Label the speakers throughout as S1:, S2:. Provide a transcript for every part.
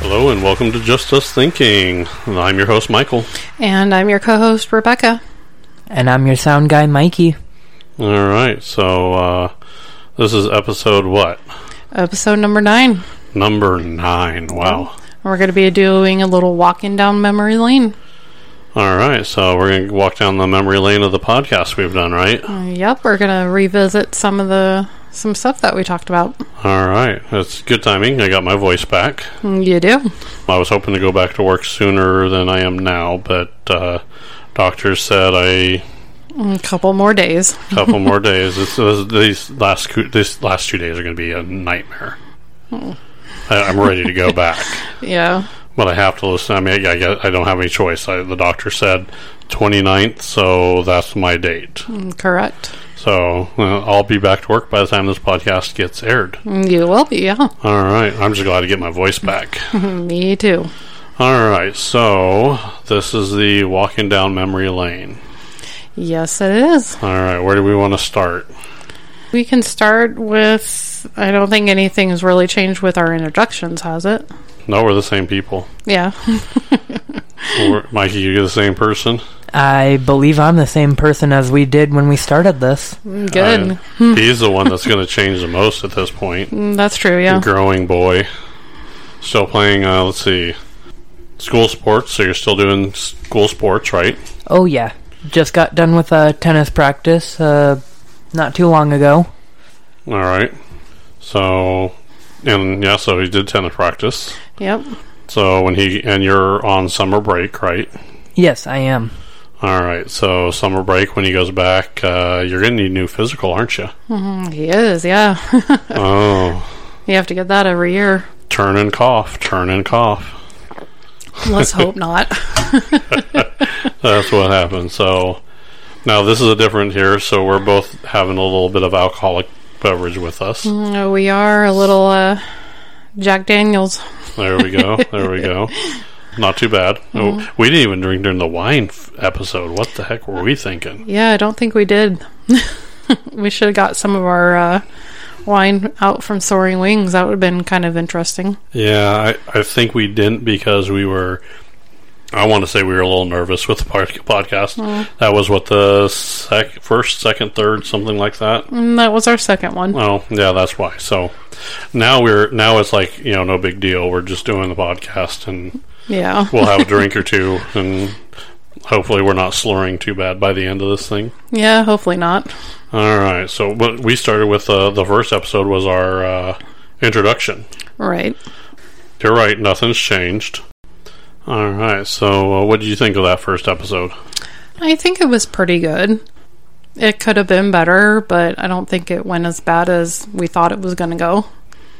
S1: Hello and welcome to Just Us Thinking. I'm your host, Michael.
S2: And I'm your co host, Rebecca.
S3: And I'm your sound guy, Mikey.
S1: All right, so uh, this is episode what?
S2: Episode number nine.
S1: Number nine. Wow.
S2: We're going to be doing a little walking down memory lane.
S1: All right, so we're going to walk down the memory lane of the podcast we've done, right?
S2: Uh, Yep, we're going to revisit some of the some stuff that we talked about.
S1: All right, that's good timing. I got my voice back.
S2: You do.
S1: I was hoping to go back to work sooner than I am now, but uh, doctors said I
S2: A couple more days.
S1: couple more days. This, this, these last cou- these last two days are going to be a nightmare. I, I'm ready to go back,
S2: Yeah.
S1: but I have to listen. I mean, I, I, I don't have any choice. I, the doctor said 29th, so that's my date.
S2: Correct.
S1: So well, I'll be back to work by the time this podcast gets aired.
S2: You will be, yeah.
S1: All right, I'm just glad to get my voice back.
S2: Me too.
S1: All right, so this is the walking down memory lane.
S2: Yes, it is.
S1: All right, where do we want to start?
S2: We can start with. I don't think anything's really changed with our introductions, has it?
S1: No, we're the same people.
S2: Yeah.
S1: We're- Mikey, you're the same person.
S3: I believe I'm the same person as we did when we started this.
S2: Good.
S1: Uh, he's the one that's going to change the most at this point.
S2: Mm, That's true, yeah.
S1: Growing boy. Still playing, uh, let's see, school sports. So you're still doing school sports, right?
S3: Oh, yeah. Just got done with uh, tennis practice uh, not too long ago.
S1: All right. So, and yeah, so he did tennis practice.
S2: Yep.
S1: So when he, and you're on summer break, right?
S3: Yes, I am.
S1: All right. So summer break, when he goes back, uh, you're going to need new physical, aren't you?
S2: He is, yeah.
S1: oh,
S2: You have to get that every year.
S1: turn and cough, turn and cough.
S2: Let's hope not.
S1: That's what happened. So now this is a different here. So we're both having a little bit of alcoholic beverage with us.
S2: Uh, we are a little uh, Jack Daniels.
S1: There we go. There we go. Not too bad. Oh, we didn't even drink during the wine f- episode. What the heck were we thinking?
S2: Yeah, I don't think we did. we should have got some of our uh, wine out from Soaring Wings. That would have been kind of interesting.
S1: Yeah, I, I think we didn't because we were. I want to say we were a little nervous with the par- podcast. That was what the sec- first, second, third, something like that.
S2: And Mm, that was our second one.
S1: Oh, yeah, that's why. So now we're now it's like you know no big deal. We're just doing the podcast and
S2: Yeah.
S1: we'll have a drink or two and hopefully we're not slurring too bad by the end of this thing.
S2: Yeah, hopefully not.
S1: All right. So what we started with uh, the first episode was our uh, introduction.
S2: Right.
S1: You're right. Nothing's changed. All right. So uh, what did you think of that first episode?
S2: I think it was pretty good. It could have been better, but I don't think it went as bad as we thought it was going to go.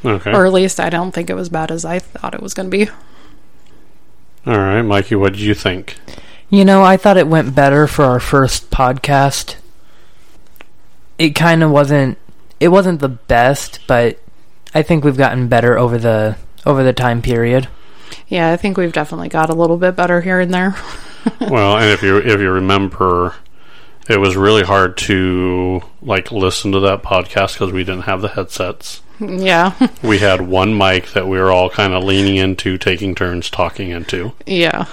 S1: Okay.
S2: Or at least I don't think it was bad as I thought it was going to be.
S1: All right, Mikey. What did you think?
S3: You know, I thought it went better for our first podcast. It kind of wasn't it wasn't the best, but I think we've gotten better over the over the time period.
S2: Yeah, I think we've definitely got a little bit better here and there.
S1: well, and if you if you remember, it was really hard to like listen to that podcast because we didn't have the headsets.
S2: Yeah,
S1: We had one mic that we were all kind of leaning into, taking turns talking into.
S2: yeah,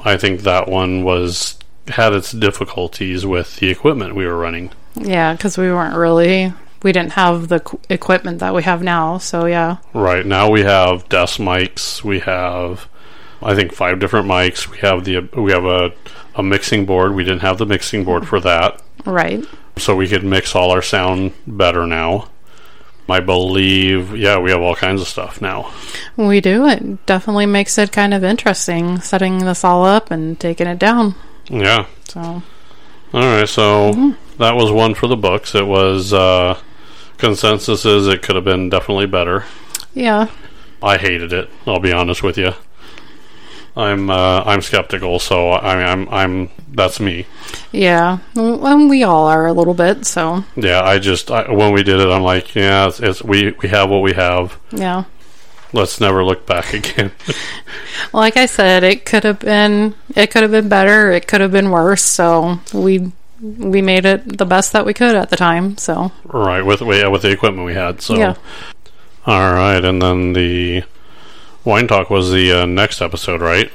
S1: I think that one was had its difficulties with the equipment we were running.
S2: yeah. Because we weren't really, we didn't have the qu- equipment that we have now. So yeah,
S1: Right now, we have desk mics. We have, I think, five different mics. We have the we have a a mixing board. We didn't have the mixing board for that.
S2: right.
S1: so we could mix all our sound better now. I believe, yeah, we have all kinds of stuff now.
S2: We do. It definitely makes it kind of interesting setting this all up and taking it down.
S1: Yeah.
S2: So
S1: All right. So that was one for the books. It was uh, consensus is it could have been definitely better.
S2: yeah,
S1: I hated it. I'll be honest with you. I'm uh, I'm skeptical. So I I'm I'm that's me.
S2: yeah. Well, And we all are a little bit. So
S1: Yeah. I just I, when we did it, I'm like, yeah, it's, it's we we have what we have.
S2: yeah.
S1: Let's never look back again.
S2: Like I said, it could have been, it could have been better. It could have been worse. So we we made it the best that we could at the time. So
S1: Right, with yeah, with the equipment we had. So,
S2: Yeah.
S1: all right, and then the Wine Talk was the uh, next episode, right?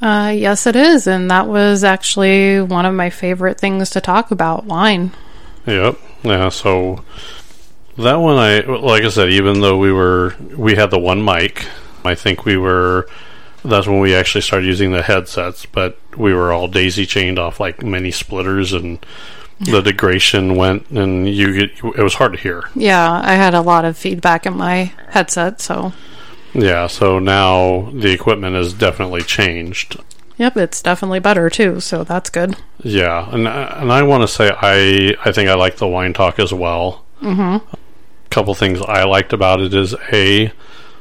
S2: Uh, yes, it is. And that was actually one of my favorite things to talk about wine.
S1: Yep. Yeah. So that one, I like I said, even though we were we had the one mic, I think we were. That's when we actually started using the headsets, but we were all daisy chained off like many splitters, and the degradation went, and you get it was hard to hear.
S2: Yeah, I had a lot of feedback in my headset. So,
S1: Yeah. So now the equipment has definitely changed.
S2: yep, it's definitely better too. So, that's good.
S1: Yeah, and I- and I want to say I I think I like the wine talk as well.
S2: Mhm.
S1: couple things I liked about it is a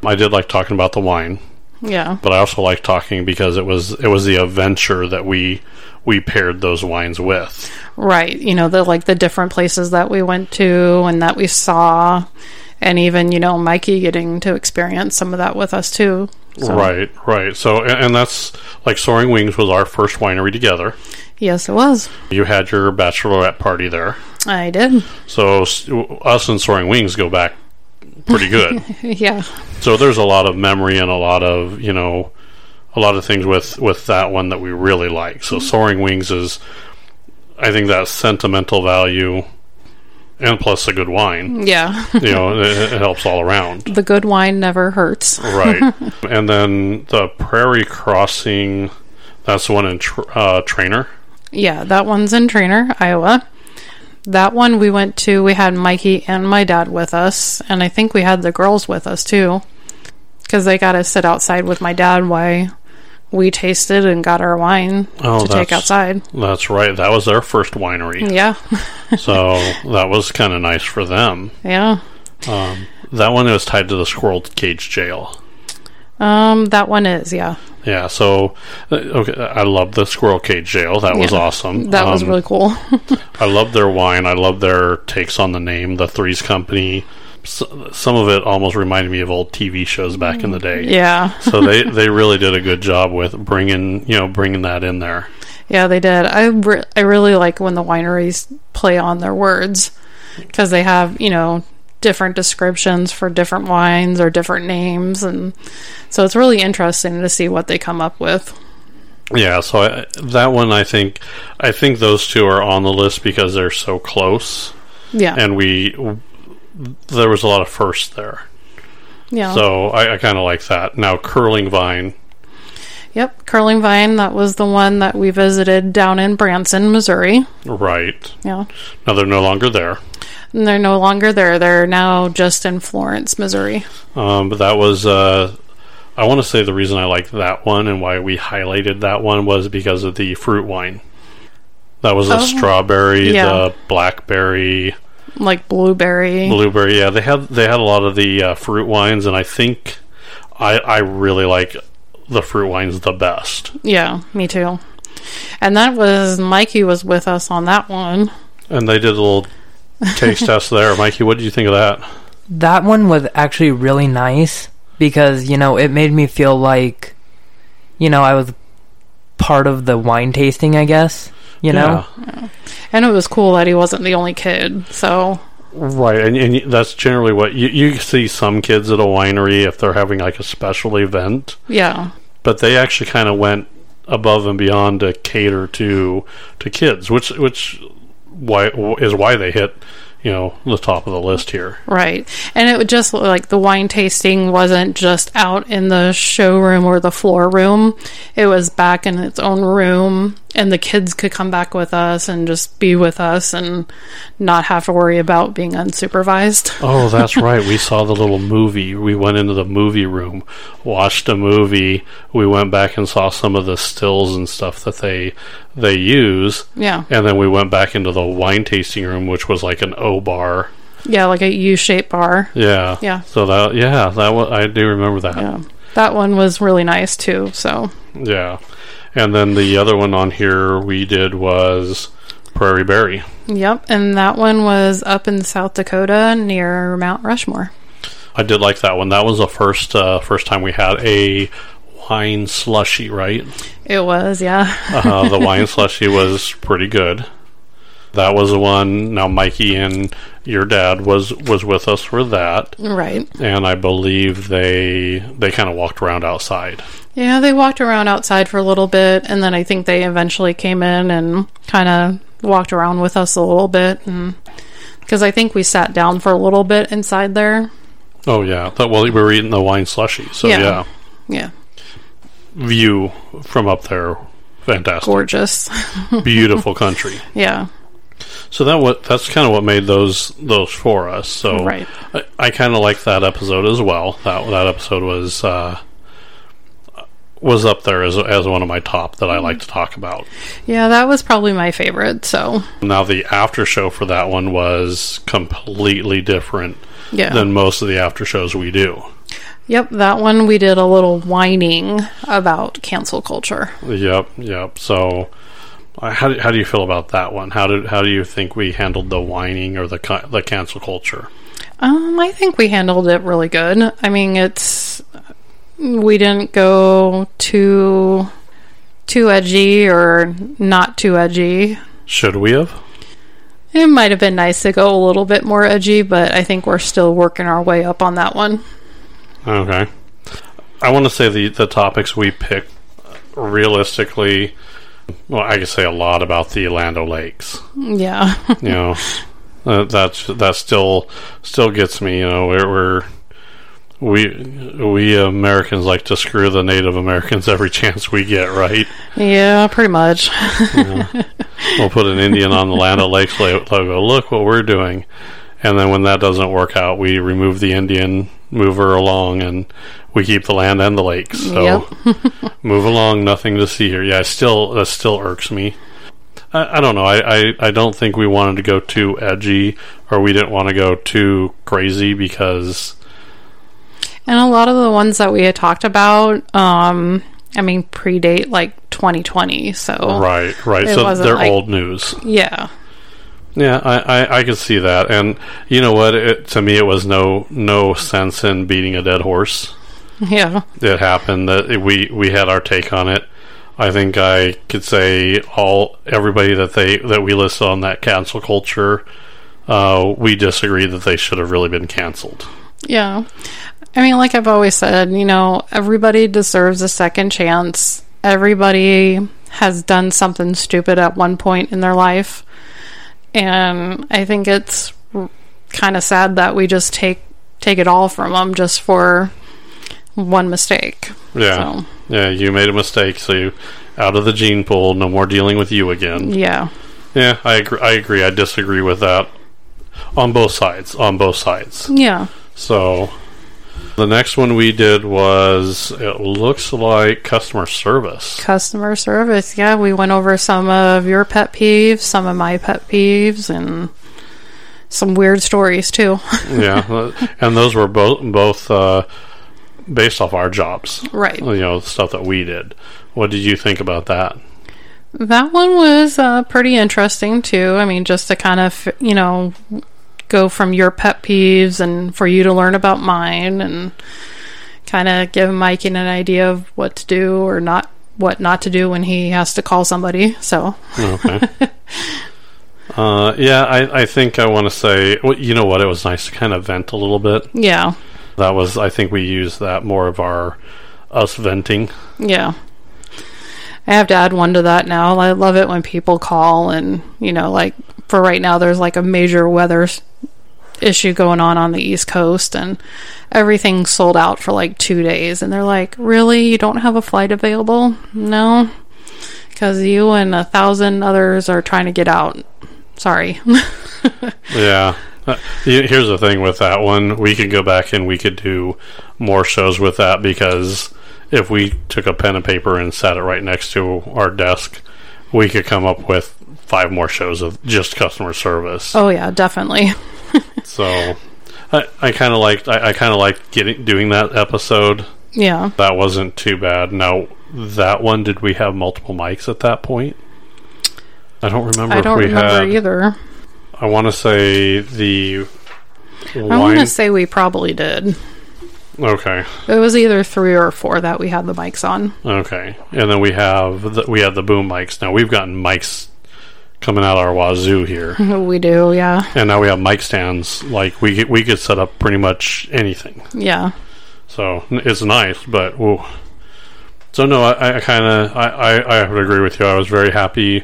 S1: I did like talking about the wine,
S2: Yeah.
S1: but I also like talking because it was it was the adventure that we we paired those wines with.
S2: Right. You know, the like the different places that we went to and that we saw. And even, you know, Mikey getting to experience some of that with us too. So,
S1: Right, right. So and, and that's like Soaring Wings was our first winery together.
S2: Yes, it was.
S1: You had your bachelorette party there.
S2: I did.
S1: So s- us and Soaring Wings go back pretty good.
S2: yeah.
S1: so there's a lot of memory and a lot of you know a lot of things with with that one that we really like so
S2: Mm-hmm.
S1: soaring wings is i think that sentimental value and plus a good wine
S2: Yeah.
S1: you know it, it helps all around
S2: the good wine never hurts.
S1: right and then the prairie crossing that's the one in tr- uh, trainer
S2: Yeah, that one's in Trainer, Iowa. That one we went to, we had Mikey and my dad with us, and I think we had the girls with us too, because they got to sit outside with my dad while we tasted and got our wine
S1: Oh,
S2: to take
S1: that's-
S2: outside.
S1: that's right that was their first winery
S2: Yeah,
S1: so that was kind of nice for them
S2: yeah.
S1: um, that one was tied to the squirrel cage jail
S2: Um, that one is, yeah.
S1: Yeah, so uh, okay, I love the Squirrel Cage Jail. That was
S2: Yeah.
S1: awesome.
S2: That was
S1: Um,
S2: really cool.
S1: I love their wine. I love their takes on the name, the Threes Company. S some of it almost reminded me of old TV shows back in the day.
S2: Mm, yeah,
S1: so they they really did a good job with bringing you know bringing that in there.
S2: yeah, they did. I re- I really like when the wineries play on their words because they have you know different descriptions for different wines or different names, and so it's really interesting to see what they come up with.
S1: Yeah, so I, that one I think I think those two are on the list because they're so close,
S2: Yeah,
S1: and we w- there was a lot of firsts there.
S2: yeah,
S1: So I, I kind of like that. Now curling vine.
S2: yep. Curling Vine. That was the one that we visited down in Branson, Missouri.
S1: Right.
S2: Yeah,
S1: Now they're no longer there.
S2: and they're no longer there. They're now just in Florence, Missouri.
S1: Um, but that was, uh, I want to say the reason I liked that one and why we highlighted that one was because of the fruit wine. That was the
S2: Oh.
S1: strawberry,
S2: Yeah.
S1: the blackberry,
S2: Like blueberry.
S1: blueberry. Yeah, they had they had a lot of the uh, fruit wines, and I think I I really like the fruit wines the best.
S2: Yeah, me too. And that was Mikey was with us on that one.
S1: And they did a little taste test there, Mikey. What did you think of that?
S3: That one was actually really nice because, you know, it made me feel like, you know, I was part of the wine tasting, I guess. You know?
S1: Yeah.
S2: And it was cool that he wasn't the only kid. So,
S1: Right, and, and that's generally what you, you see some kids at a winery if they're having like a special event,
S2: yeah.
S1: but they actually kind of went above and beyond to cater to to kids, which which why is why they hit you know the top of the list here.
S2: Right. And it would just like the wine tasting wasn't just out in the showroom or the floor room. It was back in its own room and the kids could come back with us and just be with us and not have to worry about being unsupervised.
S1: Oh, that's right. We saw the little movie. We went into the movie room, watched a movie. We went back and saw some of the stills and stuff that they they use,
S2: Yeah.
S1: and then we went back into the wine tasting room, which was like an O bar.
S2: Yeah, like a U-shaped bar.
S1: Yeah.
S2: Yeah.
S1: So that yeah, that was, I do remember that. Yeah.
S2: Yeah. That one was really nice too. So,
S1: And then the other one on here we did was Prairie Berry.
S2: Yep, and that one was up in South Dakota near Mount Rushmore.
S1: I did like that one. That was the first uh, first time we had a wine slushy, right?
S2: It was, yeah.
S1: Uh, the wine slushy was pretty good. That was the one. Now Mikey and your dad was was with us for that,
S2: Right.
S1: and I believe they they kind of walked around outside.
S2: Yeah, they walked around outside for a little bit, and then I think they eventually came in and kind of walked around with us a little bit, and because I think we sat down for a little bit inside there.
S1: Oh yeah, that, well we were eating the wine slushy, so
S2: Yeah.
S1: yeah,
S2: Yeah,
S1: view from up there, fantastic,
S2: gorgeous.
S1: beautiful country.
S2: Yeah,
S1: So that what that's kind of what made those those for us. So
S2: right.
S1: I, I kind of like that episode as well. That that episode was uh, was up there as as one of my top that
S2: Mm-hmm.
S1: I like to talk about.
S2: Yeah, that was probably my favorite. So
S1: Now the after show for that one was completely different
S2: yeah,
S1: than most of the after shows we do.
S2: yep. That one we did a little whining about cancel culture.
S1: Yep, yep. So uh, how do, how do you feel about that one? How did how do you think we handled the whining or the ca- the cancel culture?
S2: Um, I think we handled it really good. I mean, it's we didn't go too too edgy or not too edgy.
S1: Should we have?
S2: It might have been nice to go a little bit more edgy, but I think we're still working our way up on that one.
S1: Okay. I want to say the, the topics we picked realistically, well, I could say a lot about the Orlando Lakes.
S2: Yeah,
S1: You know, uh, that's that still still gets me. You know, we're, we're we we Americans like to screw the Native Americans every chance we get, right?
S2: yeah, pretty much.
S1: we'll put an Indian on the Land O'Lakes lo- logo. Look what we're doing. And then when that doesn't work out, we remove the Indian, move her along, and we keep the land and the lakes. So move along, nothing to see here. Yeah, it still that still irks me. I, I don't know. I, I, I don't think we wanted to go too edgy, or we didn't want to go too crazy because
S2: And a lot of the ones that we had talked about, um, I mean, predate like 2020. So
S1: right, right.
S2: Oh, It
S1: So
S2: wasn't
S1: they're
S2: like-
S1: old news.
S2: yeah,
S1: Yeah, I, I, I could see that, and you know what? It, to me, it was no no sense in beating a dead horse.
S2: yeah,
S1: it happened that we we had our take on it. I think I could say all everybody that they that we listed on that cancel culture, uh, we disagree that they should have really been canceled.
S2: yeah. I mean, like I've always said, you know, everybody deserves a second chance. Everybody has done something stupid at one point in their life. And I think it's kind of sad that we just take take it all from them just for one mistake.
S1: Yeah,
S2: So,
S1: yeah, you made a mistake, so you out of the gene pool. No more dealing with you again.
S2: yeah.
S1: Yeah, I agree. I agree. I disagree with that on both sides. On both sides.
S2: Yeah.
S1: So the next one we did was it looks like customer service.
S2: customer service. Yeah, we went over some of your pet peeves, some of my pet peeves, and some weird stories too.
S1: yeah, and those were both both uh, based off our jobs.
S2: right.
S1: You know, stuff that we did. What did you think about that?
S2: That one was uh, pretty interesting too. I mean, just to kind of, you know, go from your pet peeves and for you to learn about mine and kind of give Mike an idea of what to do or not what not to do when he has to call somebody. So,
S1: Okay. uh, yeah, I, I think I want to say. Well, you know what? It was nice to kind of vent a little bit.
S2: yeah.
S1: That was. I think we used that more of our us venting.
S2: Yeah. I have to add one to that now. I love it when people call and, you know, like for right now, there's like a major weather s- issue going on on the East Coast and everything's sold out for like two days. And they're like, really? You don't have a flight available? No. Because you and a thousand others are trying to get out. Sorry.
S1: Yeah. Uh, y- Here's the thing with that one. We could go back and we could do more shows with that because if we took a pen and paper and sat it right next to our desk, we could come up with five more shows of just customer service.
S2: oh, yeah, definitely.
S1: So I, I kind of liked I, I kind of liked getting doing that episode.
S2: Yeah.
S1: That wasn't too bad. Now that one, did we have multiple mics at that point? I don't remember.
S2: I
S1: if
S2: don't
S1: we
S2: remember
S1: had,
S2: either.
S1: I want to say the.
S2: I want
S1: wine-
S2: to say we probably did.
S1: okay.
S2: It was either three or four that we had the mics on.
S1: Okay, and then we have the, we had the boom mics. Now we've gotten mics coming out our wazoo here,
S2: we do, yeah.
S1: and now we have mic stands. Like we could- we could set up pretty much anything.
S2: Yeah.
S1: So n- it's nice, but whoa. so no, I, I kind of I, I I would agree with you. I was very happy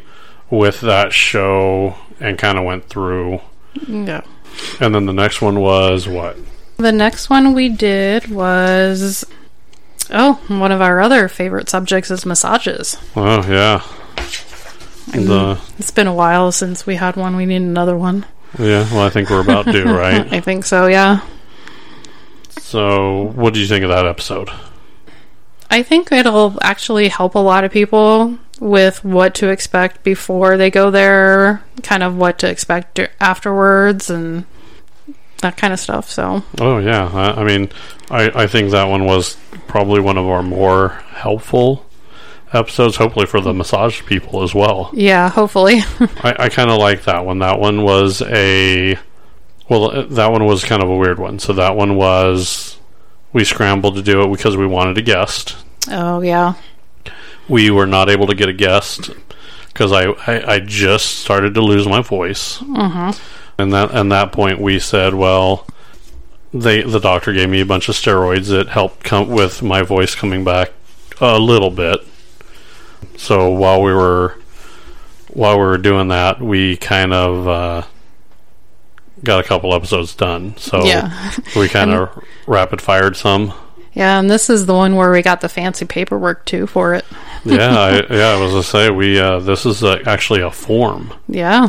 S1: with that show and kind of went through.
S2: Yeah.
S1: And then the next one was what?
S2: The next one we did was oh, one of our other favorite subjects is massages.
S1: Oh yeah, the
S2: It's been a while since we had one. We need another one.
S1: yeah. Well, I think we're about due, right?
S2: I think so, yeah.
S1: So, what do you think of that episode?
S2: I think it'll actually help a lot of people with what to expect before they go there, kind of what to expect d- afterwards, and that kind of stuff. So,
S1: Oh yeah, I, I mean, I, I think that one was probably one of our more helpful episodes. Hopefully for the massage people as well.
S2: yeah, hopefully.
S1: I, I kind of like that one. That one was a well, uh, that one was kind of a weird one. So that one was we scrambled to do it because we wanted a guest.
S2: oh, yeah.
S1: We were not able to get a guest because I, I I just started to lose my voice.
S2: Mm
S1: And that and that point we said, well, they the doctor gave me a bunch of steroids that helped come with my voice coming back a little bit. So while we were while we were doing that, we kind of uh, got a couple episodes done. So
S2: Yeah.
S1: we kind of rapid fired some.
S2: Yeah, and this is the one where we got the fancy paperwork too for it.
S1: Yeah, I, yeah. I was gonna say we uh, this is uh actually a form,
S2: Yeah.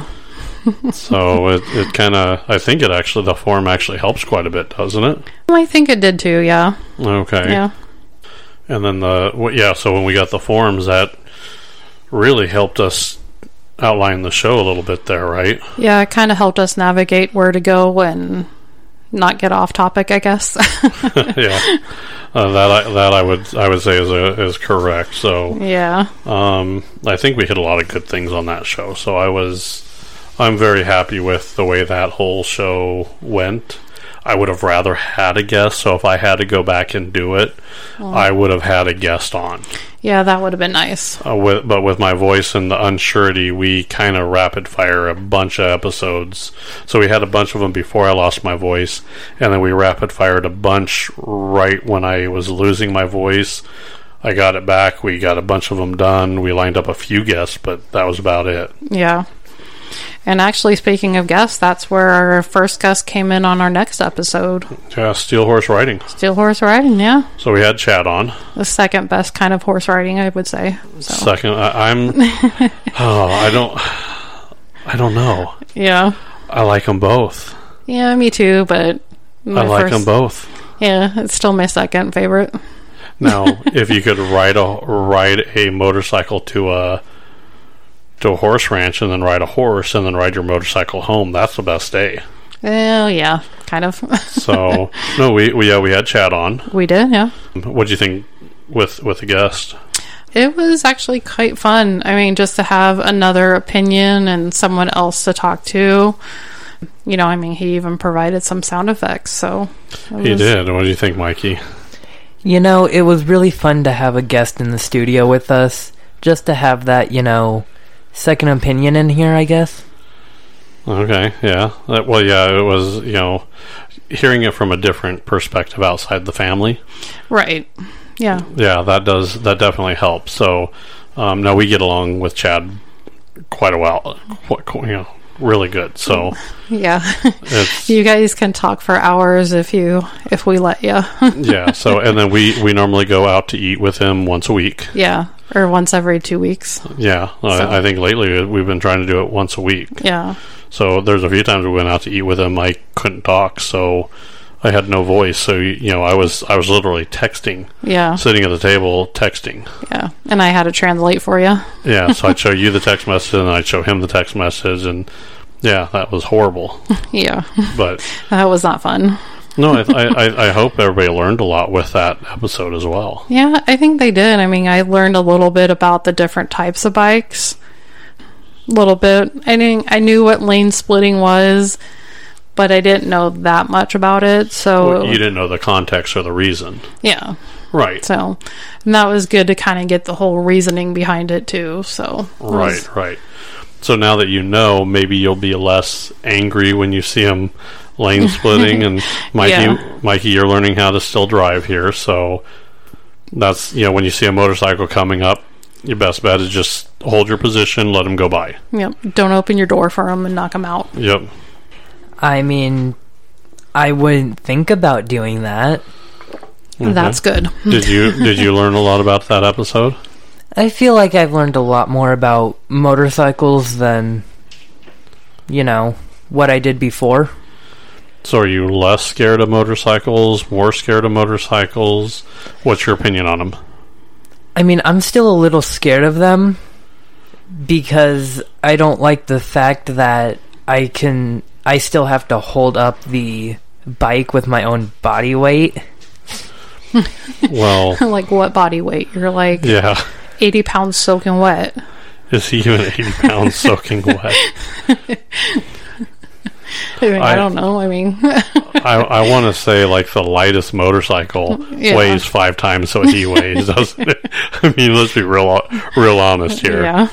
S1: so it, it kind of I think it actually the form actually helps quite a bit, doesn't it?
S2: I think it did too, yeah.
S1: Okay.
S2: Yeah.
S1: And then the wh- yeah, so when we got the forms, that really helped us outline the show a little bit there, right?
S2: Yeah, it kind of helped us navigate where to go and not get off topic, I guess.
S1: yeah, uh, that I, that I would I would say is a, is correct. So
S2: yeah.
S1: um, I think we hit a lot of good things on that show. So I was I'm very happy with the way that whole show went. I would have rather had a guest. So if I had to go back and do it, I would have had a guest on.
S2: Yeah, that would have been nice.
S1: uh, with, but with my voice and the unsurety, we kind of rapid fire a bunch of episodes. So we had a bunch of them before I lost my voice, and then we rapid fired a bunch right when I was losing my voice. I got it back. We got a bunch of them done. We lined up a few guests, but that was about it.
S2: Yeah. And actually, speaking of guests, that's where our first guest came in on our next episode.
S1: Yeah, steel horse riding.
S2: Steel horse riding, yeah.
S1: So we had Chad on.
S2: The second best kind of horse riding, I would say. So,
S1: Second, I, I'm. oh, I don't. I don't know.
S2: yeah.
S1: I like them both.
S2: Yeah, me too, but. My
S1: I like
S2: first,
S1: them both.
S2: Yeah, it's still my second favorite.
S1: Now, if you could ride a ride a motorcycle to a to a horse ranch and then ride a horse and then ride your motorcycle home, that's the best day.
S2: Oh, yeah, kind of.
S1: So, no, we, we yeah we had Chad on.
S2: we did, yeah.
S1: What do you think with with the guest?
S2: It was actually quite fun. I mean, just to have another opinion and someone else to talk to. You know, I mean, he even provided some sound effects, so. it
S1: He
S2: was-
S1: did. What do you think, Mikey?
S3: You know, it was really fun to have a guest in the studio with us, just to have that, you know, second opinion in here, I guess.
S1: Okay, yeah. That, well, yeah, it was you know hearing it from a different perspective outside the family.
S2: Right. Yeah.
S1: Yeah, that does that definitely helps. So um, now we get along with Chad quite a while, quite, you know, really good. So
S2: Yeah.
S1: it's
S2: you guys can talk for hours if you if we let you.
S1: yeah. So and then we we normally go out to eat with him once a week.
S2: yeah. Or once every 2 weeks.
S1: Yeah,
S2: So-
S1: I, I think lately we've been trying to do it once a week.
S2: Yeah.
S1: So there's a few times we went out to eat with him. I couldn't talk, so I had no voice. So you know, I was I was literally texting,
S2: Yeah.
S1: sitting at the table texting.
S2: Yeah. And I had to translate for you.
S1: Yeah, so I'd show you the text message and I'd show him the text message, and yeah, that was horrible.
S2: Yeah.
S1: But
S2: That was not fun.
S1: no, I, I, I- I hope everybody learned a lot with that episode as well.
S2: Yeah, I think they did. I mean, I learned a little bit about the different types of bikes. Little bit. I didn't. I knew what lane splitting was, but I didn't know that much about it. So
S1: you didn't know the context or the reason,
S2: yeah.
S1: right?
S2: So and that was good to kind of get the whole reasoning behind it too. So it was-
S1: Right, right. So now that you know, maybe you'll be less angry when you see him lane splitting. and Mikey,
S2: Yeah.
S1: Mikey, you're learning how to still drive here. So that's you know when you see a motorcycle coming up, your best bet is just hold your position, let him go by.
S2: Yep. Don't open your door for them and knock them out.
S1: Yep.
S3: I mean, I wouldn't think about doing that.
S1: Mhm.
S2: That's good.
S1: did you did you learn a lot about that episode?
S3: I feel like I've learned a lot more about motorcycles than, you know, what I did before.
S1: So are you less scared of motorcycles, more scared of motorcycles? What's your opinion on them?
S3: I mean, I'm still a little scared of them because I don't like the fact that I can I still have to hold up the bike with my own body weight.
S1: Well,
S2: like what body weight? You're like
S1: yeah.
S2: 80 pounds soaking wet.
S1: Is he even 80 pounds soaking wet?
S2: I, mean, I,
S1: I-
S2: don't know. I mean,
S1: I, I want to say like the lightest motorcycle
S2: Yeah.
S1: weighs five times what he weighs, doesn't it? I mean, let's be real, real honest here.
S2: yeah.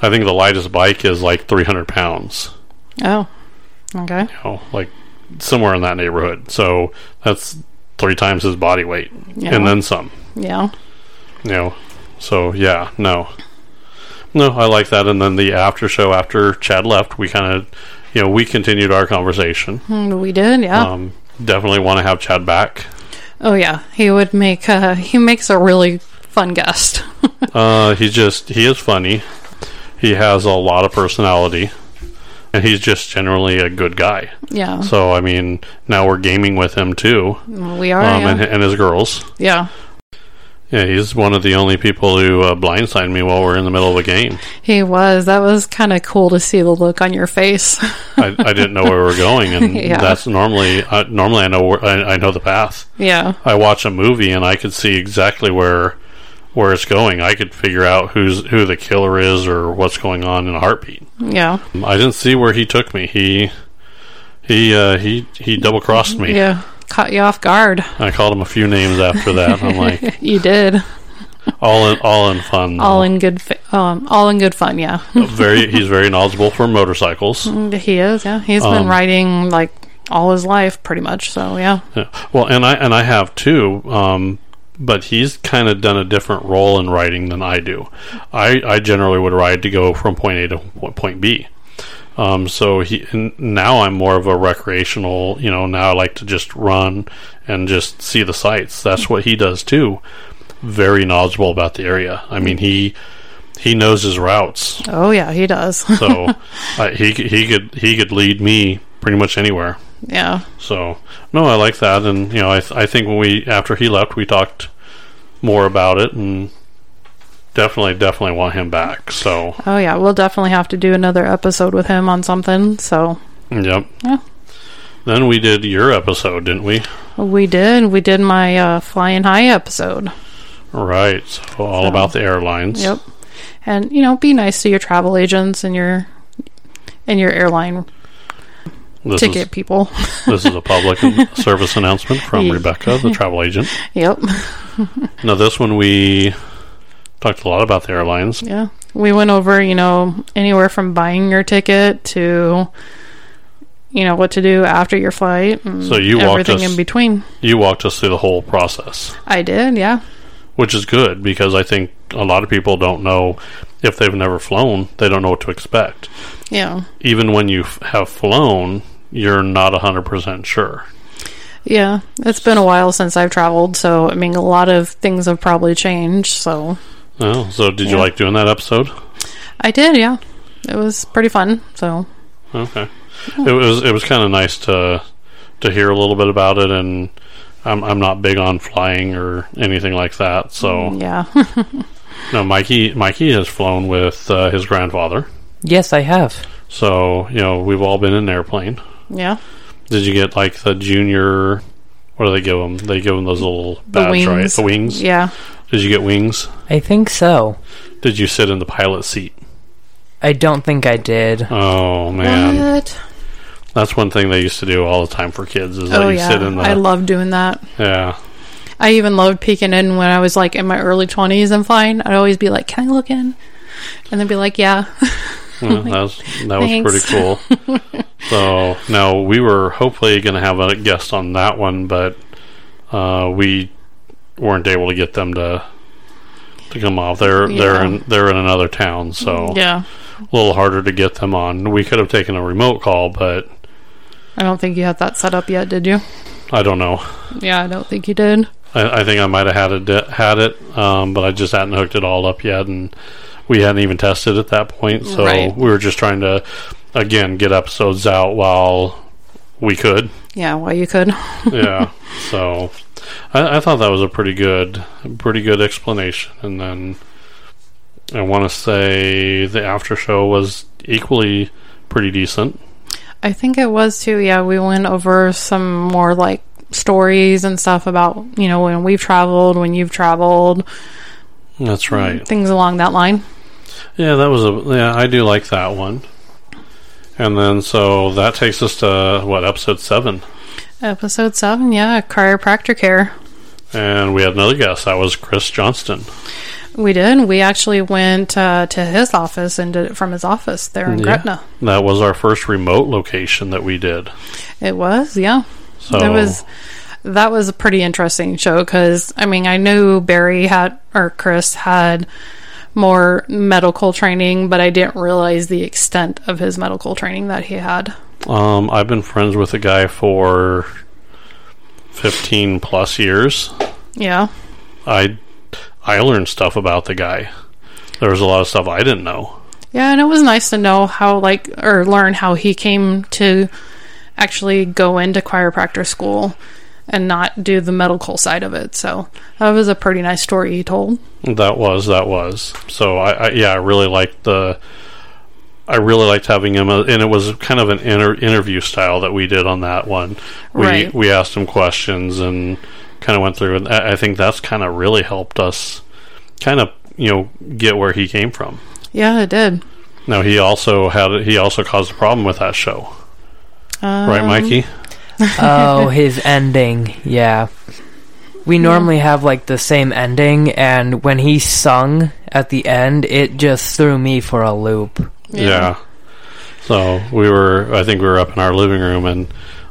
S1: I think the lightest bike is like 300 pounds,
S2: Oh, okay.
S1: you know, like somewhere in that neighborhood. So that's three times his body weight
S2: Yeah.
S1: and then some.
S2: yeah.
S1: you know so yeah no no i like that and then the after show after chad left we kind of you know we continued our conversation
S2: Mm, We did, yeah.
S1: um definitely want to have chad back
S2: Oh yeah, he would make. Uh, he makes a really fun guest.
S1: uh he just he is funny he has a lot of personality and he's just generally a good guy
S2: Yeah,
S1: so i mean now we're gaming with him too
S2: we are.
S1: um
S2: Oh, yeah.
S1: and, and his girls
S2: yeah,
S1: yeah he's one of the only people who uh, blindsided me while we're in the middle of a game
S2: he was. That was kind of cool to see the look on your face.
S1: I, I didn't know where we were going, and
S2: Yeah.
S1: that's normally uh, normally I know where, I, I know the path.
S2: yeah,
S1: I watch a movie and I could see exactly where where it's going. I could figure out who's who the killer is or what's going on in a heartbeat.
S2: yeah,
S1: I didn't see where he took me. He he uh, he he double crossed me.
S2: yeah. Caught you off guard.
S1: I called him a few names after that. I'm like
S2: You did.
S1: all in all in fun. though.
S2: All in good. Fa- um, all in good fun. Yeah,
S1: very he's very knowledgeable for
S2: Mm-hmm.
S1: motorcycles.
S2: he is. Yeah, he's
S1: Um,
S2: been riding like all his life, pretty much. So yeah,
S1: Yeah. Well, and I and I have too, um, but he's kind of done a different role in writing than I do. I, I generally would ride to go from point A to po- point B. Um, so he n- now I'm more of a recreational. You know, now I like to just run and just see the sights. That's what he does too. Very knowledgeable about the area. I mean, he he knows his routes,
S2: oh yeah, he does.
S1: so uh, he c- he could he could lead me pretty much anywhere.
S2: yeah,
S1: So no, I like that, and you know, I th- I think when we after he left, we talked more about it, and definitely definitely want him back. So
S2: oh yeah. We'll definitely have to do another episode with him on something. So
S1: yep.
S2: Yeah.
S1: Then we did your episode, didn't we?
S2: we did. We did my uh, flying high episode.
S1: Right. So all
S2: So-
S1: about the airlines.
S2: Yep. And you know, be nice to your travel agents and your and your airline
S1: This
S2: ticket
S1: is
S2: people.
S1: this is a public an- service announcement from
S2: Yeah.
S1: Rebecca, the travel agent.
S2: Yep.
S1: Now this one we talked a lot about the airlines.
S2: Yeah. We went over, you know, anywhere from buying your ticket to you know what to do after your flight and
S1: So you walked
S2: everything
S1: us-
S2: in between.
S1: You walked us through the whole process.
S2: I did, yeah.
S1: which is good because I think a lot of people don't know if they've never flown, they don't know what to expect.
S2: Yeah.
S1: Even when you f- have flown, you're not 100% sure.
S2: Yeah. It's been a while since I've traveled, so I mean a lot of things have probably changed, so
S1: Oh, so did you
S2: Yeah.
S1: like doing that episode?
S2: I did, yeah. It was pretty fun. So
S1: Okay. It was it was kind of nice to to hear a little bit about it and I'm I'm not big on flying or anything like that. So,
S2: yeah.
S1: no, Mikey Mikey has flown with uh, his grandfather.
S3: Yes, I have.
S1: So, you know, we've all been in an airplane.
S2: yeah.
S1: Did you get like the junior? What do they give them? They give them those little badges, right?
S2: wings.
S1: The wings.
S2: Yeah.
S1: Did you get wings?
S3: I think so.
S1: Did you sit in the pilot seat?
S3: I don't think I did.
S1: Oh man,
S2: What?
S1: that's one thing they used to do all the time for kids is let
S2: Oh
S1: you
S2: yeah,
S1: sit in the
S2: I love doing that.
S1: yeah.
S2: I even loved peeking in when I was like in my early twenties and flying. I'd always be like, "Can I look in?" And they'd be like, "Yeah."
S1: Yeah, that was, that was pretty cool. so now we were hopefully going to have a guest on that one, but uh, we weren't able to get them to to come off. They're they're
S2: Yeah.
S1: in they're in another town, so
S2: Yeah.
S1: a little harder to get them on. We could have taken a remote call, but
S2: I don't think you had that set up yet, did you?
S1: I don't know.
S2: Yeah, I don't think you did.
S1: I, I think I might have had it di- had it, um, but I just hadn't hooked it all up yet, and we hadn't even tested at that point. So
S2: Right.
S1: we were just trying to again get episodes out while we could.
S2: Yeah, well, you could.
S1: yeah. So I, I thought that was a pretty good, pretty good explanation. And then I want to say the after show was equally pretty decent.
S2: I think it was too. Yeah, we went over some more like stories and stuff about, you know, when we've traveled, when you've traveled,
S1: That's right.
S2: things along that line.
S1: Yeah, that was a yeah. I do like that one. And then so that takes us to what episode seven,
S2: Episode 7, yeah, chiropractor care.
S1: and we had another guest. That was Chris Johnston.
S2: We did. We actually went uh, to his office and did it from his office there in
S1: Yeah.
S2: Gretna.
S1: That was our first remote location that we did.
S2: It was, yeah.
S1: So
S2: That was that was a pretty interesting show because I mean I knew Barry had or Chris had more medical training, but I didn't realize the extent of his medical training that he had.
S1: Um, I've been friends with the guy for fifteen plus years.
S2: Yeah,
S1: I I learned stuff about the guy. There was a lot of stuff I didn't know.
S2: yeah, and it was nice to know how like or learn how he came to actually go into chiropractor school and not do the medical side of it. So that was a pretty nice story he told.
S1: That was that was. So I, I yeah, I really liked the. I really liked having him, uh, and it was kind of an inter- interview style that we did on that one. We
S2: Right.
S1: we asked him questions and kind of went through, and I I think that's kind of really helped us, kind of you know get where he came from.
S2: Yeah, it did.
S1: Now he also had he also caused a problem with that show,
S2: Um,
S1: right, Mikey?
S3: oh, his ending. Yeah. We normally have like the same ending, and when he sung at the end, it just threw me for a loop.
S1: So we were, I think we were up in our living room, and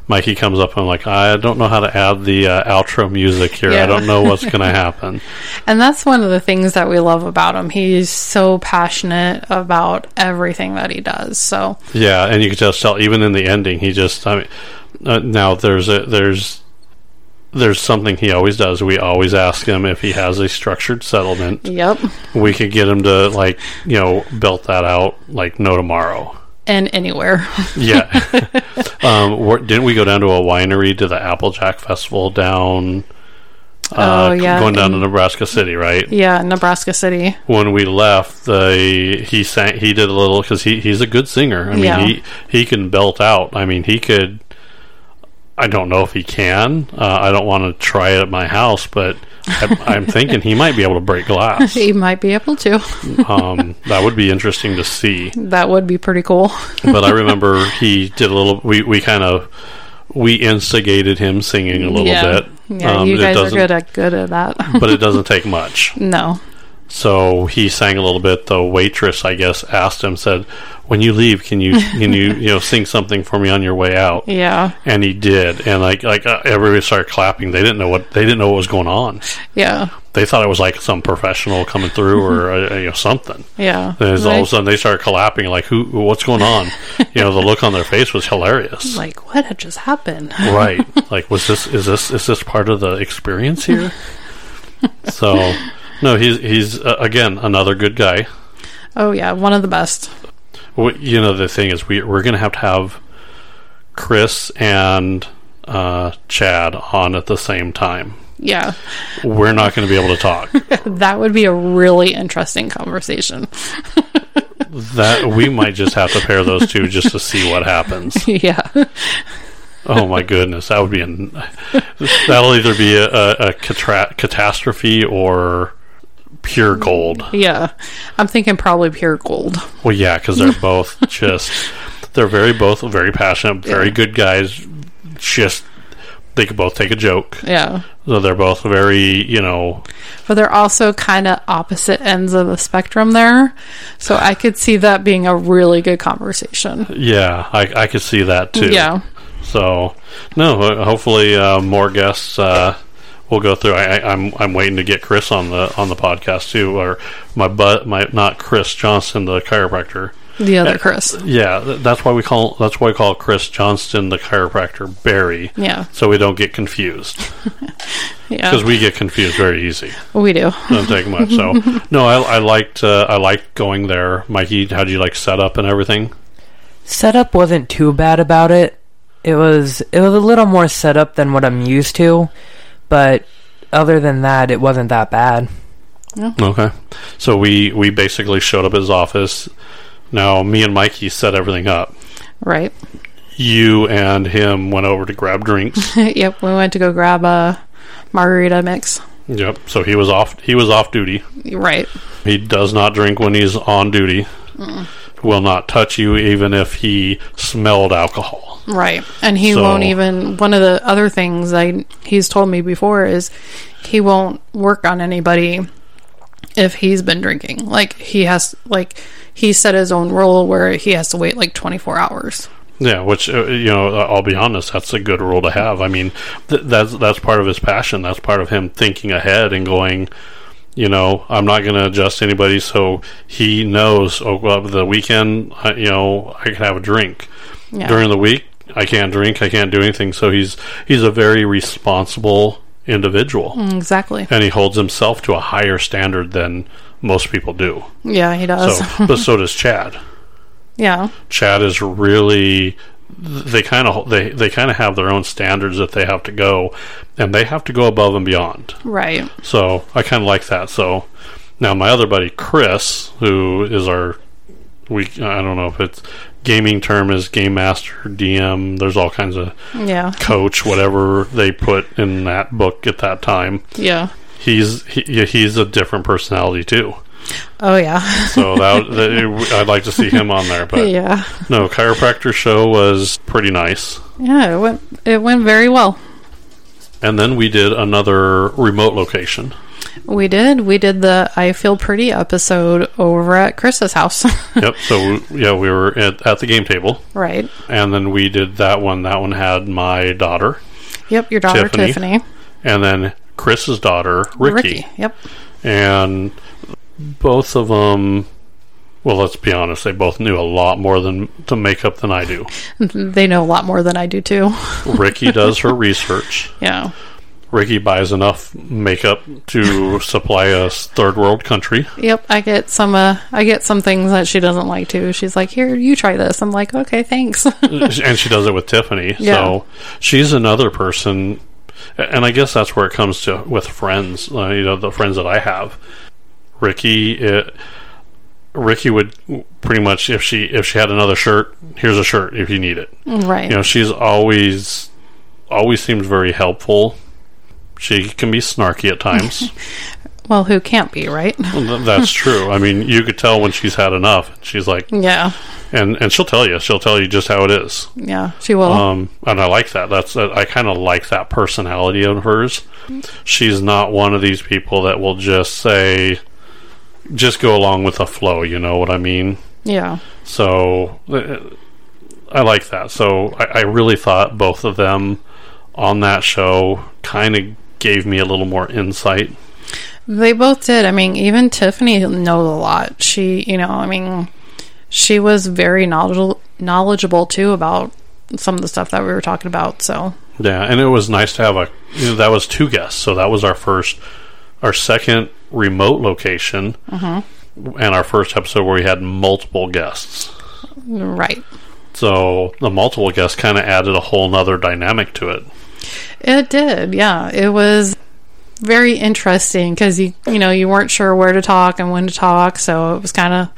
S1: Mikey comes up and I'm like, I don't know how to add the uh, outro music here. I
S2: Yeah.
S1: don't know what's going to happen.
S2: And that's one of the things that we love about him. He's so passionate about everything that he does. So,
S1: Yeah, and you can just tell even in the ending, he just. I mean, uh, now there's a there's. There's something he always does. We always ask him if he has a structured settlement.
S2: yep.
S1: We could get him to like, you know, belt that out like no tomorrow.
S2: And anywhere.
S1: Yeah. um, where, didn't we go down to a winery to the Applejack Festival down? Uh,
S2: Oh, yeah,
S1: Going down to
S2: in-
S1: Nebraska City, right?
S2: yeah, Nebraska City.
S1: When we left, the he sang. He did a little because he he's a good singer. I mean,
S2: Yeah.
S1: he he can belt out. I mean, he could. I don't know if he can. Uh, I don't want to try it at my house, but I, I'm thinking he might be able to break glass.
S2: He might be able to.
S1: Um, that would be interesting to see.
S2: That would be pretty cool.
S1: but I remember he did a little. We, we kind of we instigated him singing a little
S2: yeah.
S1: bit.
S2: Yeah,
S1: Um,
S2: you
S1: it
S2: guys are
S1: doesn't-
S2: good at good at that.
S1: but it doesn't take much.
S2: no.
S1: So he sang a little bit. The waitress, I guess, asked him, said, "When you leave, can you can you you know sing something for me on your way out?"
S2: Yeah.
S1: And he did, and like like uh, everybody started clapping. They didn't know what they didn't know what was going on.
S2: Yeah.
S1: They thought it was like some professional coming through or uh, you know something.
S2: Yeah.
S1: And it's all of a
S2: like,
S1: sudden they started clapping. Like who? What's going on? You know, the look on their face was hilarious.
S2: like, what had just happened?
S1: right like was this is this is this part of the experience here so no he's he's uh, again another good guy
S2: Oh yeah, one of the best.
S1: we, you know the thing is we we're gonna have to have chris and uh chad on at the same time
S2: Yeah.
S1: we're not gonna be able to talk
S2: That would be a really interesting conversation.
S1: that we might just have to pair those two just to see what happens
S2: yeah.
S1: oh my goodness that would be an that'll either be a, a, a catra- catastrophe or pure gold
S2: Yeah. I'm thinking probably pure gold.
S1: Well, yeah, because they're both just they're very both very passionate, very good guys. Just they could both take a joke.
S2: Yeah.
S1: So they're both very, you know,
S2: But they're also kind of opposite ends of the spectrum there. So I could see that being a really good conversation.
S1: yeah, I, I could see that too.
S2: Yeah.
S1: So, no, uh, hopefully uh, more guests uh, will go through. I, I, I'm I'm waiting to get Chris on the on the podcast too, or my but my not Chris Johnson, the chiropractor.
S2: The
S1: Yeah.
S2: other Chris.
S1: Yeah, th- that's why we call that's why we call Chris Johnston the chiropractor Barry,
S2: Yeah.
S1: so we don't get confused because
S2: Yeah.
S1: we get confused very easy.
S2: We do.
S1: Doesn't take much. So, no, I, I liked uh, I liked going there, Mikey. How would you like set up and everything?
S3: Setup wasn't too bad about it. It was it was a little more setup than what I'm used to, but other than that, it wasn't that bad.
S1: Okay. So we we basically showed up at his office. Now me and Mikey set everything up.
S2: Right.
S1: You and him went over to grab drinks.
S2: yep. We went to go grab a margarita mix.
S1: yep. So he was off he was off duty.
S2: Right.
S1: He does not drink when he's on duty. Will not touch you even if he smelled alcohol.
S2: Right. And he
S1: So-
S2: won't even one of the other things I he's told me before is he won't work on anybody if he's been drinking. Like he has like he set his own rule where he has to wait like 24 hours.
S1: Yeah, which uh, you know, I'll be honest, that's a good rule to have. I mean, th- that's that's part of his passion. That's part of him thinking ahead and going. You know, I'm not going to adjust anybody, so he knows. Oh, well, the weekend, I, you know, I can have a drink
S2: Yeah.
S1: during the week. I can't drink. I can't do anything. So he's he's a very responsible individual,
S2: Hmm. exactly.
S1: and he holds himself to a higher standard than most people do.
S2: Yeah, he does.
S1: So, but so does Chad.
S2: yeah.
S1: Chad is really they kind of they they kind of have their own standards that they have to go and they have to go above and beyond.
S2: Right.
S1: So I kind of like that. So now my other buddy Chris, who is our we I don't know if it's gaming term is game master DM. There's all kinds of
S2: Yeah.
S1: coach whatever they put in that book at that time.
S2: Yeah.
S1: He's he, he's a different personality too.
S2: Oh yeah.
S1: So that, that I'd like to see him on there, but
S2: yeah.
S1: no, chiropractor show was pretty nice.
S2: Yeah, it went it went very well.
S1: And then we did another remote location.
S2: We did. We did the I Feel Pretty episode over at Chris's house.
S1: Yep. So we, yeah, we were at, at the game table,
S2: right.
S1: and then we did that one. That one had my daughter,
S2: Yep, your daughter
S1: Tiffany.
S2: Tiffany.
S1: and then Chris's daughter, Ricky,
S2: Yep.
S1: and both of them. Well, let's be honest; they both knew a lot more than to make up than I do.
S2: They know a lot more than I do too.
S1: Ricky does her research.
S2: Yeah.
S1: Ricky buys enough makeup to supply a third world country.
S2: Yep. I get some. Uh, I get some things that she doesn't like too. She's like, "Here, you try this." I'm like, "Okay, thanks."
S1: and she does it with Tiffany.
S2: Yeah.
S1: So she's another person, and I guess that's where it comes to with friends. Uh, you know, the friends that I have, Ricky. It, Ricky would pretty much if she if she had another shirt, here's a shirt if you need it.
S2: right.
S1: You know, she's always always seems very helpful. She can be snarky at times.
S2: Well, who can't be right?
S1: Th- That's true. I mean, you could tell when she's had enough. She's like,
S2: yeah.
S1: and and she'll tell you. She'll tell you just how it is.
S2: Yeah. She will.
S1: Um, and I like that. That's that I kind of like that personality of hers. She's not one of these people that will just say, just go along with the flow. You know what I mean?
S2: yeah.
S1: So uh, I like that. So I, I really thought both of them on that show kind of gave me a little more insight.
S2: They both did. I mean, even Tiffany knows a lot. She, you know, I mean, she was very knowledgeable, knowledgeable too about some of the stuff that we were talking about. So
S1: Yeah, and it was nice to have a. You know, that was two guests, so that was our first, our second remote location, and our first episode where we had multiple guests.
S2: right.
S1: So the multiple guests kind of added a whole nother dynamic to it.
S2: It did, yeah. It was very interesting because you you know you weren't sure where to talk and when to talk, so it was kind of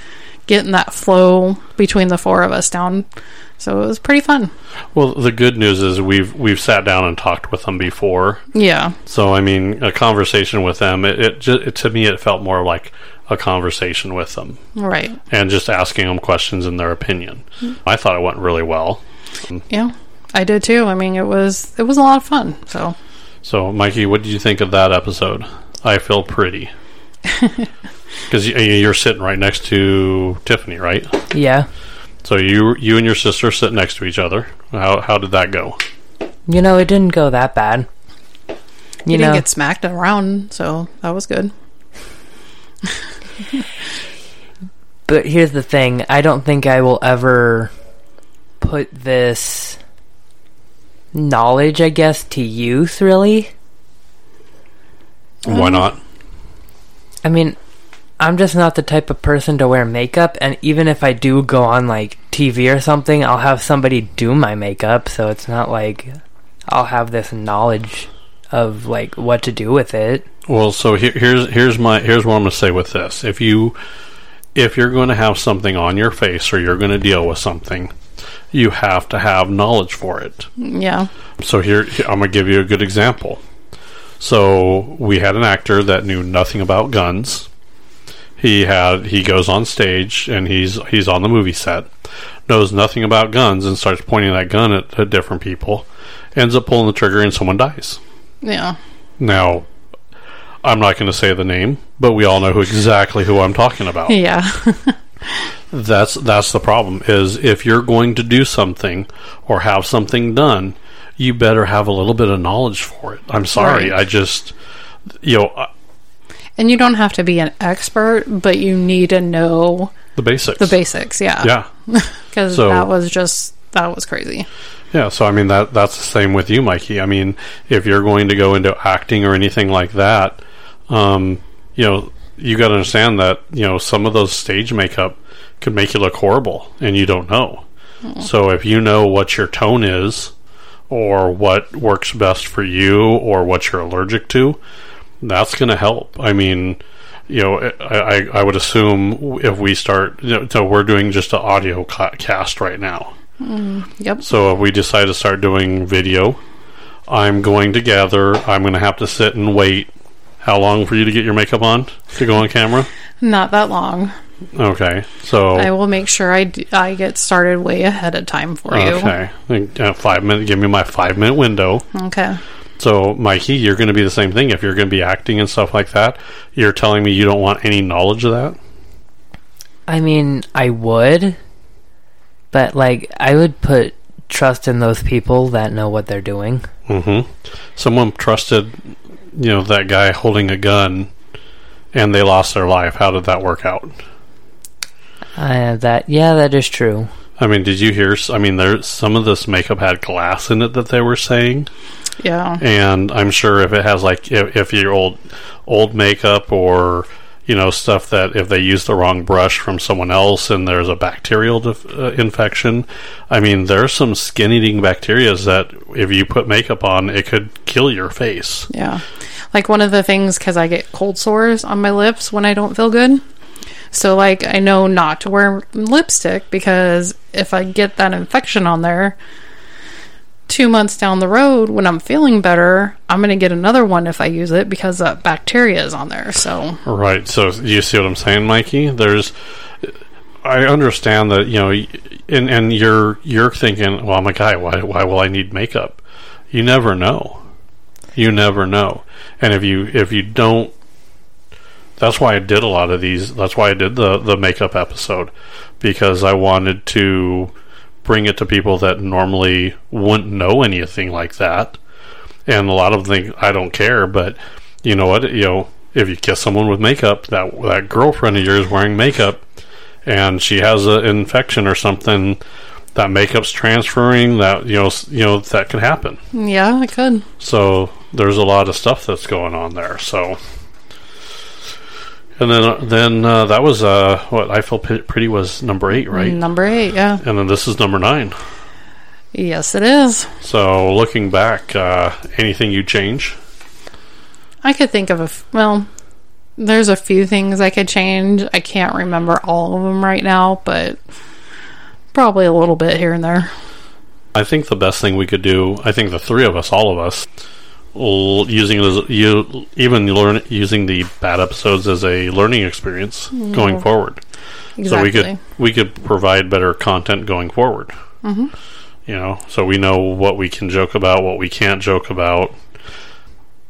S2: getting that flow between the four of us down. So it was pretty fun.
S1: Well, the good news is we've we've sat down and talked with them before,
S2: Yeah,
S1: so I mean, a conversation with them. It, it, ju- it to me it felt more like a conversation with them
S2: right.
S1: and just asking them questions and their opinion. I thought it went really well.
S2: Yeah, I did too. I mean, it was it was a lot of fun. So
S1: So, Mikey, what did you think of that episode? I feel pretty. Because you're sitting right next to Tiffany, right?
S3: Yeah.
S1: So you you and your sister sit next to each other. How how did that go?
S3: You know, it didn't go that bad.
S2: you
S3: You
S2: didn't
S3: know,
S2: get smacked around, so that was good.
S3: but here's the thing. I don't think I will ever put this knowledge, I guess, to use really.
S1: Why not?
S3: I mean, I'm just not the type of person to wear makeup, and even if I do go on like TV or something, I'll have somebody do my makeup, so it's not like I'll have this knowledge of like what to do with it.
S1: Well, so here, here's here's my here's what I'm going to say with this. If you if you're going to have something on your face or you're going to deal with something, you have to have knowledge for it.
S2: Yeah.
S1: So here I'm going to give you a good example. So we had an actor that knew nothing about guns. He had he goes on stage and he's he's on the movie set, knows nothing about guns and starts pointing that gun at, at different people, ends up pulling the trigger and someone dies.
S2: Yeah.
S1: Now, I'm not going to say the name, but we all know who exactly who I'm talking about.
S2: Yeah.
S1: That's that's the problem is if you're going to do something or have something done, you better have a little bit of knowledge for it. I'm sorry,
S2: Right.
S1: I just you know uh, I-
S2: and you don't have to be an expert, but you need to know
S1: the basics.
S2: the basics. Yeah.
S1: Yeah,
S2: Because
S1: So-
S2: that was just that was crazy.
S1: yeah. So I mean that that's the same with you, Mikey. I mean, if you're going to go into acting or anything like that, um, you know, you got to understand that you know some of those stage makeup could make you look horrible, and you don't know. So if you know what your tone is, or what works best for you, or what you're allergic to, that's going to help. I mean, you know, I, I, I would assume if we start, you know, so we're doing just an audio ca- cast right now.
S2: Yep.
S1: So if we decide to start doing video, I'm going to gather. I'm going to have to sit and wait. How long for you to get your makeup on to go on camera?
S2: Not that long.
S1: Okay, so
S2: I will make sure I, d- I get started way ahead of time for
S1: okay, Uh, five minute. Give me my five minute window.
S2: you. Okay.
S1: So Mikey, you're going to be the same thing. If you're going to be acting and stuff like that, you're telling me you don't want any knowledge of that.
S3: I mean, I would, but like I would put trust in those people that know what they're doing.
S1: hmm Someone trusted, you know, that guy holding a gun, and they lost their life. How did that work out?
S3: Uh, that yeah, that is true.
S1: I mean, did you hear? I mean, there some of this makeup had glass in it that they were saying,
S2: Yeah.
S1: and I'm sure if it has like if, if your old old makeup or you know stuff that if they use the wrong brush from someone else and there's a bacterial def- uh, infection, I mean, there's some skin-eating bacterias that if you put makeup on, it could kill your face.
S2: Yeah. Like one of the things, because I get cold sores on my lips when I don't feel good. So, like, I know not to wear lipstick because if I get that infection on there, two months down the road when I'm feeling better, I'm going to get another one if I use it because that bacteria is on there. So,
S1: Right. So you see what I'm saying, Mikey? There's, I understand that you know, and and you're you're thinking, well, I'm a guy. Why why will I need makeup? You never know. You never know. And if you if you don't, that's why I did a lot of these. That's why I did the the makeup episode because I wanted to bring it to people that normally wouldn't know anything like that. And a lot of them think I don't care, but you know what? You know, if you kiss someone with makeup, that that girlfriend of yours wearing makeup, and she has an infection or something, that makeup's transferring. That you know, s- you know that can happen.
S2: yeah, I could.
S1: So there's a lot of stuff that's going on there. So, and then then uh, that was uh, what I feel P- pretty was number eight, right?
S2: Number eight, yeah.
S1: And then this is number nine.
S2: Yes, it is.
S1: So looking back, uh, anything you change?
S2: I could think of a f- well. There's a few things I could change. I can't remember all of them right now, but probably a little bit here and there.
S1: I think the best thing we could do, I think the three of us, all of us, l- using it as you even learn using the bad episodes as a learning experience going forward.
S2: Exactly.
S1: So we could we could provide better content going forward. Mm-hmm. you know, so we know what we can joke about, what we can't joke about.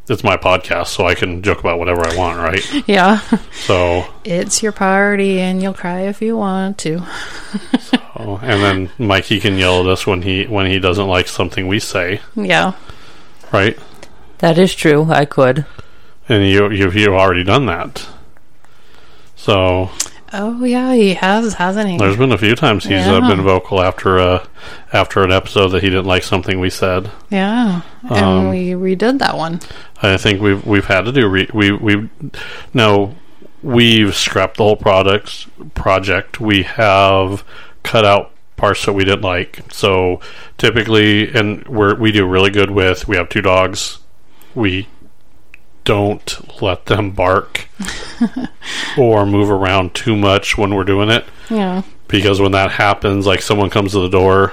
S1: It's my podcast, so I can joke about whatever I want, right?
S2: Yeah.
S1: So,
S2: It's your party and you'll cry if you want to.
S1: oh, and then Mikey can yell at us when he when he doesn't like something we say,
S2: Yeah.
S1: right?
S3: That is true. I could.
S1: And you you you've already done that. So
S2: Oh yeah, he has, hasn't he?
S1: there's been a few times he's uh,
S2: Yeah.
S1: been vocal after uh after an episode that he didn't like something we said.
S2: yeah.
S1: Um,
S2: and we redid that one.
S1: I think we've we've had to do re- we we no we've scrapped the whole products project. We have cut out parts that we didn't like. So typically, and we're we do really good with. We have two dogs. We don't let them bark or move around too much when we're doing it
S2: Yeah.
S1: because when that happens, like someone comes to the door,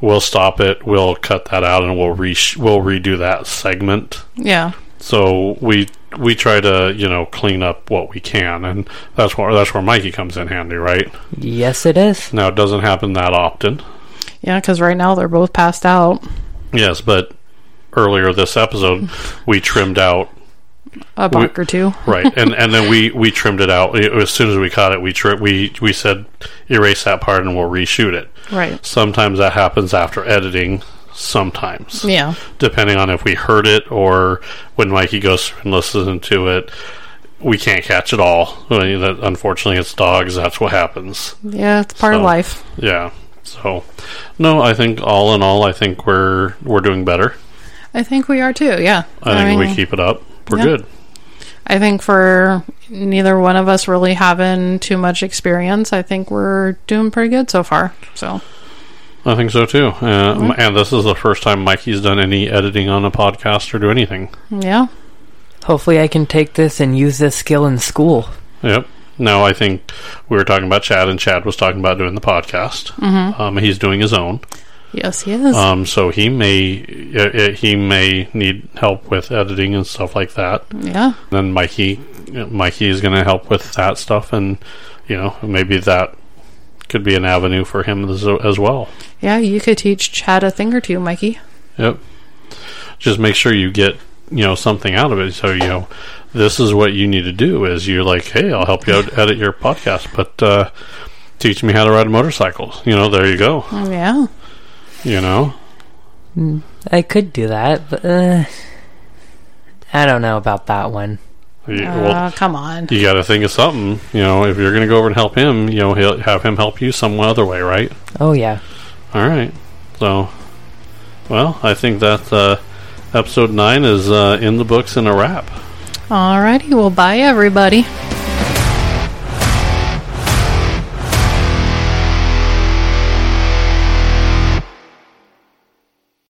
S1: we'll stop it, we'll cut that out, and we'll re- we'll redo that segment.
S2: Yeah.
S1: So we we try to you know clean up what we can, and that's where that's where Mikey comes in handy, right?
S3: Yes, it is.
S1: Now it doesn't happen that often,
S2: Yeah, because right now they're both passed out.
S1: yes, but earlier this episode we trimmed out
S2: A
S1: We-
S2: bark or two.
S1: right and and then we we trimmed it out as soon as we caught it we tri- we we said erase that part and we'll reshoot it
S2: Right.
S1: sometimes that happens after editing sometimes
S2: Yeah.
S1: depending on if we heard it or when Mikey goes and listens to it, we can't catch it all. I mean, that- Unfortunately, it's dogs. That's what happens.
S2: Yeah, it's part
S1: So-
S2: of life.
S1: Yeah. So, no, I think all in all, I think we're we're doing better.
S2: I think we are too, yeah.
S1: I think
S2: mean,
S1: we keep it up. We're
S2: yeah.
S1: good.
S2: I think for neither one of us really having too much experience, I think we're doing pretty good so far. So
S1: I think so too. Um, And this is the first time Mikey's done any editing on a podcast or do anything.
S2: yeah.
S3: Hopefully, I can take this and use this skill in school.
S1: Yep. Now I think we were talking about Chad, and Chad was talking about doing the podcast. Um, he's doing his own.
S2: mm-hmm. Yes, he is.
S1: Um, so he may uh, uh, he may need help with editing and stuff like that.
S2: yeah.
S1: Then Mikey uh, Mikey is going to help with that stuff, and you know maybe that could be an avenue for him as, as well.
S2: Yeah, you could teach Chad a thing or two, Mikey.
S1: Yep. Just make sure you get you know something out of it. So you know this is what you need to do. Is you're like, hey, I'll help you out edit your podcast, but uh, teach me how to ride a motorcycle. You know, there you go.
S2: Yeah.
S1: You know.
S3: Hmm. I could do that, but uh, I don't know about that one.
S1: You- well,
S2: Uh, come on.
S1: you got to think of something. You know, if you're going to go over and help him, you know, he'll have him help you some other way, right?
S3: Oh yeah,
S1: All right. So, well, I think that uh, episode nine is uh, in the books and a wrap.
S2: Alrighty, well bye everybody.